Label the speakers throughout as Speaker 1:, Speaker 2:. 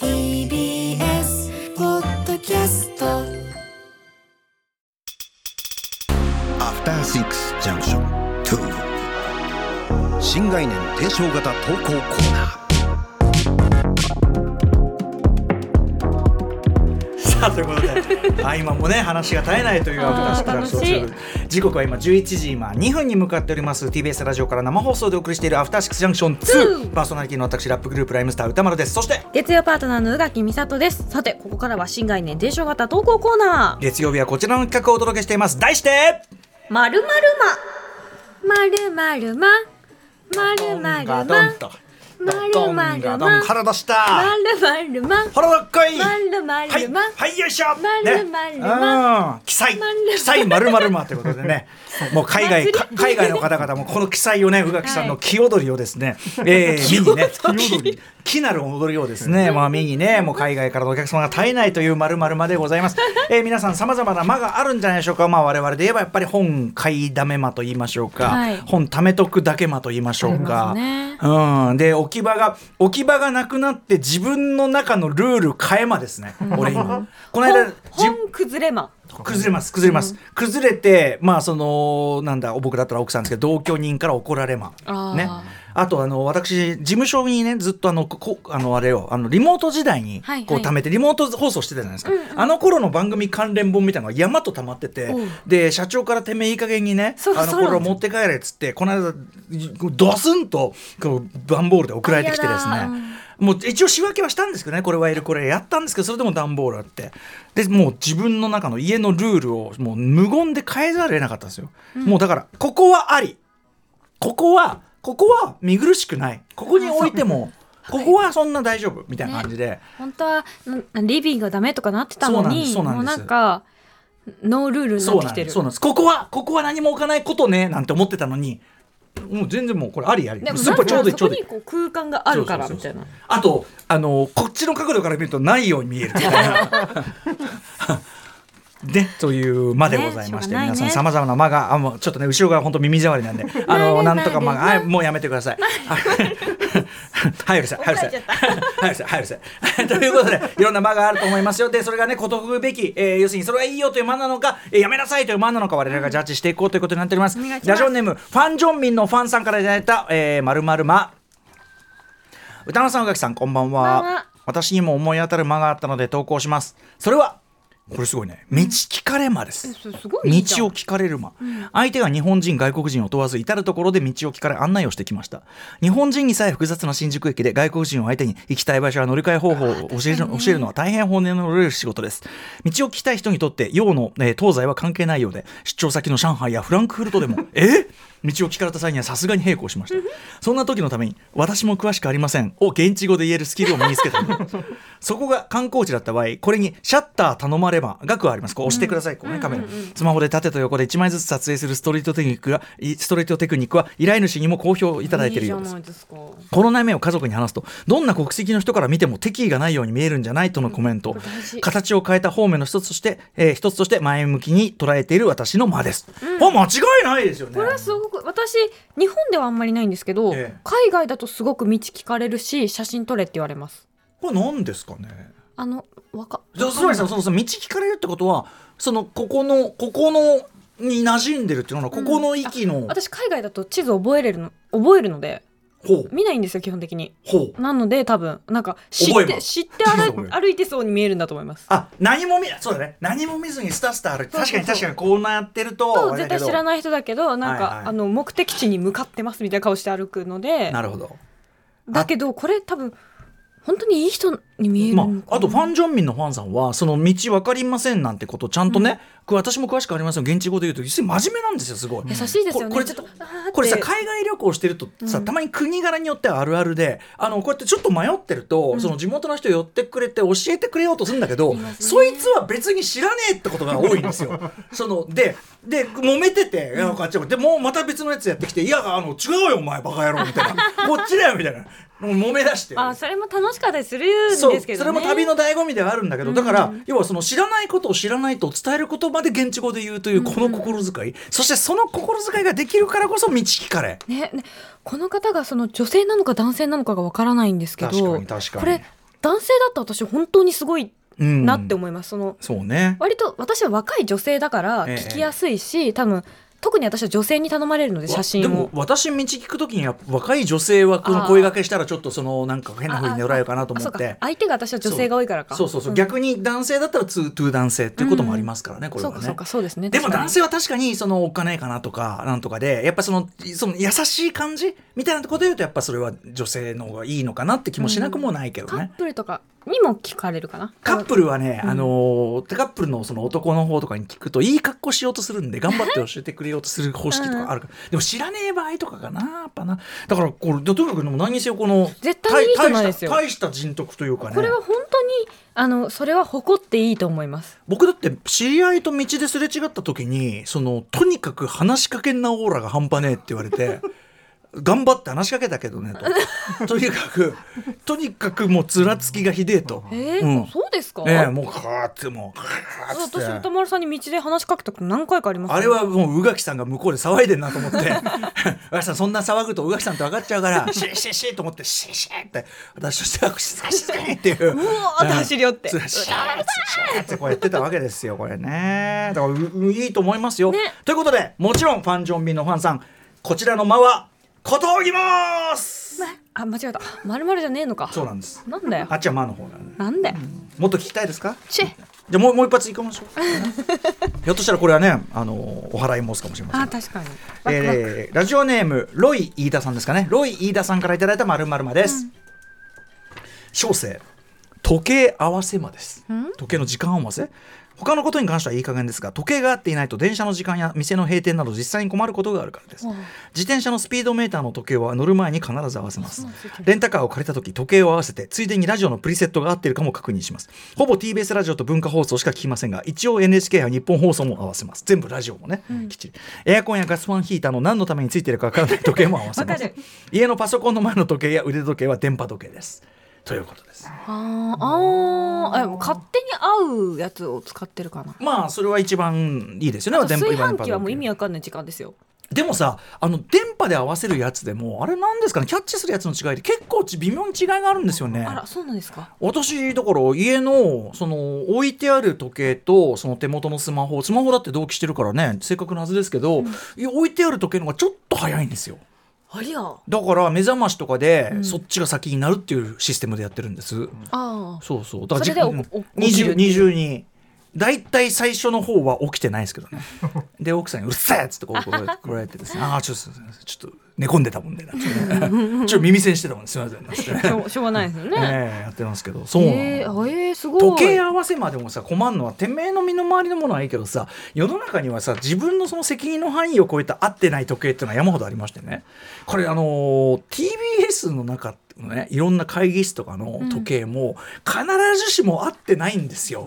Speaker 1: TBS ポッドキャスト
Speaker 2: アフターシックスジャンクション2新概念提唱型投稿コーナー
Speaker 3: さあということであ今もね話が絶えないというアフターシックスラジオ
Speaker 4: あー楽
Speaker 3: 時刻は今11時今2分に向かっております TBS ラジオから生放送でお送りしているアフターシックスジャンクション2パーソナリティの私ラップグループライムスター歌丸ですそして
Speaker 4: 月曜パートナーの宇垣美里ですさてここからは新概念伝承型投稿コーナー
Speaker 3: 月曜日はこちらの企画をお届けしています題して
Speaker 4: まるまるままるまるままるまるままるまるままるまるままるまるままるまるままるまるままるまるままるまるままるまるままるまるままるまるままるまるまるままるままるままるままるままるままるままるままるままるままるま
Speaker 3: 体した腹ばっかいはい、はい、よいしょね、うん記載記載まるまるまということで ねもう海外か海外の方々もこの記載をね宇垣さん の気踊りをですね、えー、見にね気踊り気なる踊りをですね、まあ見にねもう海外からのお客様が絶えないというまるまるまでございます、えー、皆さんさまざまな間があるんじゃないでしょうかまあ我々で言えばやっぱり本買いだめ間と言いましょうか、
Speaker 4: はい
Speaker 3: 本ためとくだけ間と言いましょうか、
Speaker 4: ありますね
Speaker 3: うん、で置き場が置き場がなくなって自分の中のルール変えまですね俺今この間じ崩れます崩れます、崩れてまあそのなんだ僕だったら奥さんですけど同居人から怒られま
Speaker 4: あー
Speaker 3: ねあとあの私事務所にねずっとあのこあのあれをあのリモート時代に
Speaker 4: はいはい
Speaker 3: こう貯めて、リモート放送してたじゃないですか、あの頃の番組関連本みたいなのが山と溜まってて
Speaker 4: うん
Speaker 3: で社長からてめえいい加減にね
Speaker 4: そう
Speaker 3: あの
Speaker 4: そうなん
Speaker 3: 頃
Speaker 4: だ
Speaker 3: 持って帰れっつってこの間ドスンとこう段ボールで送られてきてです
Speaker 4: あやだ
Speaker 3: ねもう一応仕分けはしたんですけどねこれはいるこれやったんですけどそれでも段ボールあってでもう自分の中の家のルールをもう無言で変えざるを得なかったんですよ、もうだからここはありここはここは見苦しくないここに置いてもここはそんな大丈夫みたいな感じで、
Speaker 4: 本当はんリビングがダメとかなってたのに
Speaker 3: そうなんですそうなんで
Speaker 4: も
Speaker 3: す
Speaker 4: うなんかノールールにな
Speaker 3: そ
Speaker 4: っ
Speaker 3: う
Speaker 4: て
Speaker 3: な
Speaker 4: き
Speaker 3: ん
Speaker 4: て
Speaker 3: で
Speaker 4: る
Speaker 3: すそうなんですここはここは何も置かないことねなんて思ってたのにもう全然もうこれありあり
Speaker 4: でも
Speaker 3: スーパーちょうどいいちょ
Speaker 4: そうこ
Speaker 3: どいい
Speaker 4: にこう空間があるから
Speaker 3: そう
Speaker 4: み
Speaker 3: そ
Speaker 4: たい
Speaker 3: うそう
Speaker 4: な
Speaker 3: あとあのこっちの角度から見るとないように見えるみた いな。でというまでございまし
Speaker 4: ねしょう
Speaker 3: て、
Speaker 4: がないね
Speaker 3: 皆さんさまざまな間があもうちょっとね後ろが本当耳障りなん であの
Speaker 4: ま
Speaker 3: な
Speaker 4: あね
Speaker 3: んとか間が
Speaker 4: まあね
Speaker 3: あもうやめてく ださい。はい、うるさい、はい、うるさい、はい、うるさい、はいうるさい。 ということで、いろんな間があると思いますよ。で、それがね、ことふべき、えー要するに、それがいいよという間なのか、えーやめなさいという間なのか、我々がジャッジしていこうということになっております。
Speaker 4: お願いします
Speaker 3: ラジオネーム、ファンジョンミンのファンさんからいただいた、えー、まるまるま。歌丸さん、宇垣さん、こんばんは。
Speaker 4: こんばんは
Speaker 3: 私にも思い当たる間があったので投稿します。それは、これすごいね。道聞かれ間です。
Speaker 4: そうすごいいいじゃん
Speaker 3: 道を聞かれる間、相手が日本人外国人を問わず至る所で道を聞かれ案内をしてきました日本人にさえ複雑な新宿駅で外国人を相手に行きたい場所や乗り換え方法を教える,、教えるのは大変本音の折れる仕事です道を聞きたい人にとって洋の、えー東西は関係ないようで出張先の上海やフランクフルト でもえ道を聞かれた際にはさすがに並行しましたそんな時のために私も詳しくありませんを現地語で言えるスキルを身につけたの ですそこが観光地だった場合これにシャッター頼まれば額はありますこう押してください、こうねカメラ、スマホで縦と横で1枚ずつ撮影するストリートテクニックがいストリートテクニックは依頼主にも好評いただいているようです
Speaker 4: いいじゃないですか
Speaker 3: この悩みを家族に話すとどんな国籍の人から見ても敵意がないように見えるんじゃないとのコメント
Speaker 4: 事
Speaker 3: 形を変えた方面の一つとして、えー一つとして前向きに捉えている私の間です、あ間違いないですよね
Speaker 4: これはすごく私日本ではあんまりないんですけど、
Speaker 3: ええ
Speaker 4: 海外だとすごく道聞かれるし写真撮れって言われます
Speaker 3: これ何ですかね
Speaker 4: あのわか
Speaker 3: じゃあつまりさそのその道聞かれるってことはそのここのここのに馴染んでるっていうのはここの域の、
Speaker 4: 私海外だと地図覚えれるの覚えるので
Speaker 3: ほう
Speaker 4: 見ないんですよ基本的に
Speaker 3: ほう
Speaker 4: なので多分なんか知っ
Speaker 3: 覚えま
Speaker 4: て
Speaker 3: す
Speaker 4: 知って歩
Speaker 3: 覚え
Speaker 4: い
Speaker 3: ま
Speaker 4: 歩いてそうに見えるんだと思います
Speaker 3: あ何も見そうだね何も見ずにスタスタ歩いて
Speaker 4: そう
Speaker 3: 確
Speaker 4: そ
Speaker 3: か
Speaker 4: う
Speaker 3: に
Speaker 4: そう
Speaker 3: 確かにこうなってると
Speaker 4: と
Speaker 3: あ
Speaker 4: 絶
Speaker 3: れだ
Speaker 4: 対
Speaker 3: けど
Speaker 4: 知らない人だけどなんか、
Speaker 3: はいはい
Speaker 4: あの目的地に向かってますみたいな顔して歩くので
Speaker 3: なるほど
Speaker 4: だけどこれ多分本当にいい人に見える
Speaker 3: ま
Speaker 4: の
Speaker 3: あ、
Speaker 4: か
Speaker 3: あとファン・ジョンミンのファンさんはその道分かりませんなんてことちゃんとね、これ私も詳しくありません現地語で言うと実に真面目なんですよすごい
Speaker 4: 優しいですよね
Speaker 3: これこれ
Speaker 4: ちょっとあーって
Speaker 3: これさ海外旅行してるとさ、たまに国柄によってはあるあるであのこうやってちょっと迷ってると、その地元の人寄ってくれて教えてくれようとするんだけど、そいつは別に知らねえってことが多いんですよ そのでで揉めてて、いやこっちもでもうまた別のやつやってきて「いやあの違うよお前バカ野郎」みた いな「こっちだよ」みたいなもう揉め出して
Speaker 5: あそれも楽しかったりするんですけど
Speaker 3: そう
Speaker 5: ね
Speaker 3: それも旅の醍醐味ではあるんだけど、だから要はその知らないことを知らないと伝えることまで現地語で言うというこの心遣い、そしてその心遣いができるからこそ道聞かれ。
Speaker 4: ねねこの方がその女性なのか男性なのかがわからないんですけど
Speaker 3: 確かに確かに
Speaker 4: これ男性だった私本当にすごい
Speaker 3: うん
Speaker 4: なって思います、その
Speaker 3: そうね
Speaker 4: 割と私は若い女性だから
Speaker 3: ええ
Speaker 4: 聞きやすいし、多分特に私は女性に頼まれるので写
Speaker 3: で
Speaker 4: 真
Speaker 3: も
Speaker 4: を。
Speaker 3: 私道聞くときにやっぱ若い女性はこの声掛けしたらちょっとそのなんか変な風に狙られるかなと
Speaker 4: あ
Speaker 3: 思
Speaker 4: そう
Speaker 3: っ
Speaker 4: か
Speaker 3: て
Speaker 4: 相手が私は女性が多いからか
Speaker 3: そうそうそう、
Speaker 4: ん
Speaker 3: 逆に男性だったらツートゥー男性っていうこともありますからね、これ
Speaker 4: そ
Speaker 3: は
Speaker 4: う
Speaker 3: ね
Speaker 4: かそうかそうですね
Speaker 3: でも
Speaker 4: 確かに
Speaker 3: 男性は確かにそのおっかないかなとかなんとかでやっぱそのその優しい感じみたいなところで言うとやっぱそれは女性の方がいいのかなって気もしなくもないけど
Speaker 4: カッ
Speaker 3: ね。
Speaker 4: プルとかにも聞かれるかな
Speaker 3: カップルはね、あのーカップルのその男の方とかに聞くといい格好しようとするんで頑張って教えてくれようとする方式とかあるから、でも知らねえ場合とかかなやっぱなだからこれとにかくでも何にせよこの
Speaker 4: 絶対にいい人なんですよ
Speaker 3: 大した大した人徳というかね
Speaker 4: これは本当にあのそれは誇っていいと思います
Speaker 3: 僕だって知り合いと道ですれ違った時にそのとにかく話しかけんなオーラが半端ねえって言われて 頑張って話しかけたけどね ととにかくとにかくもうつらつきがひでえと、
Speaker 4: えー
Speaker 3: うん
Speaker 4: そうですか、
Speaker 3: ええもうカーってもうカーっつ
Speaker 4: 私
Speaker 3: って
Speaker 4: 歌。丸さんに道で話しかけたこと何回かありますよ
Speaker 3: あれはもう宇垣さんが向こうで騒いでんなと思って宇垣さんそんな騒ぐと宇垣さんって分かっちゃうからシーシーシーと思ってシーシーって私としては静かに静かにっていうもう
Speaker 4: ーって走り寄って
Speaker 3: シャーシャーってこうやってたわけですよこれねだからうういいと思いますよ、ということでもちろんファン・ジョンビンのファンさんこちらの間は断ります
Speaker 4: あ間違えたまるまるじゃねえのか
Speaker 3: そうなんです
Speaker 4: なんだよ
Speaker 3: あっちは間の方なんで
Speaker 4: なんだよ
Speaker 3: もっと聞きたいですか
Speaker 4: チェ
Speaker 3: じゃあもうもう一発いきましょうひょっとしたらこれはねあのお祓い申すかもしれません
Speaker 4: あ確かに
Speaker 3: えーラジオネームロイ飯田さんですかねロイ飯田さんからいただいたまるまるまです、小生時計合わせまです時計の時間合わせ他のことに関してはいい加減ですが時計が合っていないと電車の時間や店の閉店など実際に困ることがあるからです自転車のスピードメーターの時計は乗る前に必ず合わせますレンタカーを借りた時時計を合わせてついでにラジオのプリセットが合っているかも確認しますほぼ TBS ラジオと文化放送しか聞きませんが一応 NHK や日本放送も合わせます全部ラジオもね、きっちりエアコンやガスファンヒーターの何のためについているかわからない時計も合わせま
Speaker 4: わ
Speaker 3: す
Speaker 4: か
Speaker 3: 家のパソコンの前の時計や腕時計は電波時計ですということです
Speaker 4: あーあーえ勝手に合うやつを使ってるかな
Speaker 3: まあそれは一番いいですよね。電波
Speaker 4: 炊
Speaker 3: 今の
Speaker 4: 飯器はもう意味
Speaker 3: パ
Speaker 4: わかんない時間ですよ
Speaker 3: ドでもさあの電波で合わせるやつでもあれなんですかねキャッチするやつの違いで結構ち微妙に違いがあるんですよね
Speaker 4: あ。らそうなんですか
Speaker 3: 私だから家のその置いてある時計とその手元のスマホスマホだって同期してるからね正確なはずですけど、いや置いてある時計の方がちょっと早いんですよ
Speaker 4: ありゃあ
Speaker 3: だから目覚ましとかで、そっちが先になるっていうシステムでやってるんです、
Speaker 4: あ
Speaker 3: そうそう。だ
Speaker 4: それで
Speaker 3: 時
Speaker 4: おお
Speaker 3: 二
Speaker 4: 起きる
Speaker 3: 十
Speaker 4: ってい
Speaker 3: 二十二。大体最初の方は起きてないですけどね。で奥さんに「うるせえ!」っつってこうこう来られてですね「ああちょっとすいませんちょっと寝込んでたもんで」なんてねちょっと耳栓してたもんですいません」なんつ ってね
Speaker 4: し ょうしょうがないですよね
Speaker 3: ええやってますけどそうなの
Speaker 4: えー、えー、すごい
Speaker 3: 時計合わせまでもさ困るのはてめえの身の回りのものはいいけどさ世の中にはさ自分のその責任の範囲を超えた合ってない時計っていうのは山ほどありましてねこれあのー TBS の中のねいろんな会議室とかの時計も、必ずしも合ってないんですよ。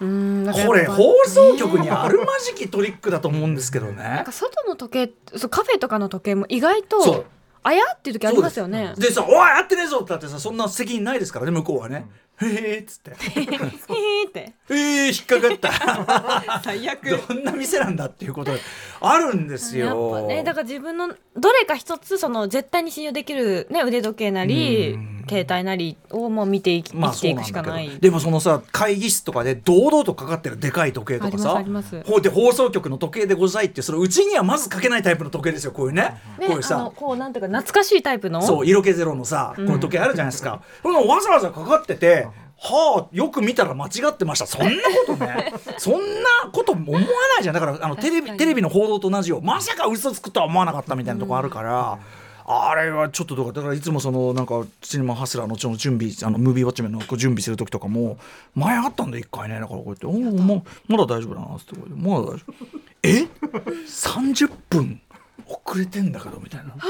Speaker 4: うんなんかやっ
Speaker 3: こ
Speaker 4: ぱ
Speaker 3: れ放送局にあるまじきトリックだと思うんですけど
Speaker 4: な
Speaker 3: ね
Speaker 4: んか。外の時計そうカフェとかの時計も意外と
Speaker 3: そう
Speaker 4: あやっていう時ありますよね
Speaker 3: でさ「おい合ってねえぞ!」ってだってさそんな責任ないですからね向こうはね。へえっつって「
Speaker 4: へーって
Speaker 3: へえ引っかかった」
Speaker 4: 最悪
Speaker 3: どんな店なんだっていうことあるんです
Speaker 4: やっ
Speaker 3: よ。
Speaker 4: ぱねだから自分のどれか一つその絶対に信用できる、ね、腕時計なり携帯なりをもう見ていき、
Speaker 3: まあ
Speaker 4: 生きて
Speaker 3: そう
Speaker 4: い
Speaker 3: な
Speaker 4: くし
Speaker 3: ん
Speaker 4: か
Speaker 3: だ
Speaker 4: ない
Speaker 3: けどでもそのさ会議室とかで堂々とかかってるでかい時計とかさ
Speaker 4: ありますあります
Speaker 3: ほうで放送局の時計でございってそのうちにはまずかけないタイプの時計ですよこういうね
Speaker 4: ね
Speaker 3: こういう
Speaker 4: あ
Speaker 3: さ
Speaker 4: のこうなんていうか懐かしいタイプの
Speaker 3: そう色気ゼロのさこういう時計あるじゃないですか、そんなのわざわざかかっててはあよく見たら間違ってましたそんなこと ねそんなこと思わないじゃんだからあのテレビテレビの報道と同じよまさか嘘つくとは思わなかったみたいなとこあるから、あれはちょっとどうかだからいつもそのなんかシネマハスラーのその準備あのムービーウォッチメンのこう準備する時とかも前あったんで一回ねだからこうやって「おおままだ大丈夫だな」っつってこうやってまだ大丈夫」え30分遅れてんだけどみた いな
Speaker 4: やだ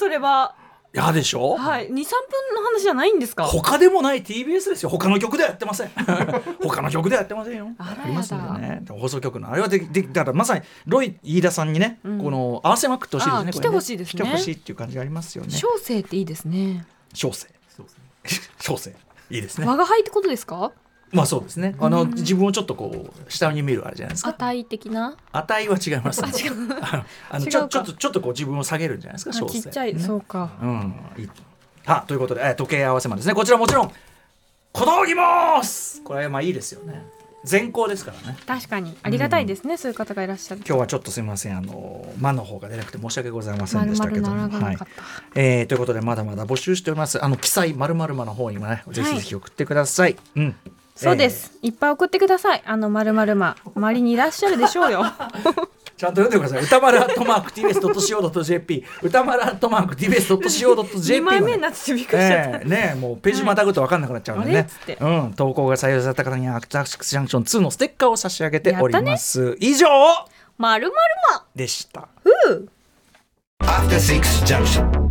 Speaker 4: それは
Speaker 3: 嫌でしょ、
Speaker 4: はい23分の話じゃないんですか
Speaker 3: 他でもない TBS ですよ他の局ではやってません 他の局ではやってませんよありますんでね放送局のあれはででだからまさにロイ飯田さんにね、この合わせまくってほしいですね
Speaker 4: あー
Speaker 3: これ
Speaker 4: 来てほしいですね
Speaker 3: 来てほしいっていう感じがありますよね
Speaker 4: 小生っていいですね
Speaker 3: 小生 小生いいですね
Speaker 4: 我が輩ってことですか
Speaker 3: まあそうですねあの、自分をちょっとこう下に見るあれじゃないですか
Speaker 4: 値的な
Speaker 3: 値は違います、ね、あのち
Speaker 4: 違
Speaker 3: ょ
Speaker 4: うか
Speaker 3: ちょっとちょっとこう自分を下げるんじゃないですか小生
Speaker 4: ちっちゃい、
Speaker 3: ね
Speaker 4: そうか
Speaker 3: うん、いいはということで、えー時計合わせまでですねこちらもちろん小道着もーすこれはまあいいですよね全校ですからね
Speaker 4: 確かにありがたいですね、そういう方がいらっしゃる
Speaker 3: 今日はちょっとすみませんあの間の方が出なくて申し訳ございません
Speaker 4: 丸
Speaker 3: でしたけ
Speaker 4: 々
Speaker 3: ども
Speaker 4: なら
Speaker 3: は
Speaker 4: ないかった、
Speaker 3: えーということでまだまだ募集しておりますあの記載まるまるまの方にもねぜひぜひ送ってください、うん
Speaker 4: そうです、いっぱい送ってくださいあのまるまるま周りにいらっしゃるでしょう よ
Speaker 3: ちゃんと読んでください。歌丸アットマーク tbs.co.jp 歌丸アットマーク tbs.co.jp
Speaker 4: 2枚目になっててびっくりしちゃった、
Speaker 3: ええねえもうページまたぐと分かんなくなっちゃうんで
Speaker 4: あれ
Speaker 3: ね
Speaker 4: っつって、
Speaker 3: うん、投稿が採用された方にはアクタシックスジャンクション2のステッカーを差し上げております、以上
Speaker 4: まるまるま
Speaker 3: でした
Speaker 2: アフターシックスジャンクション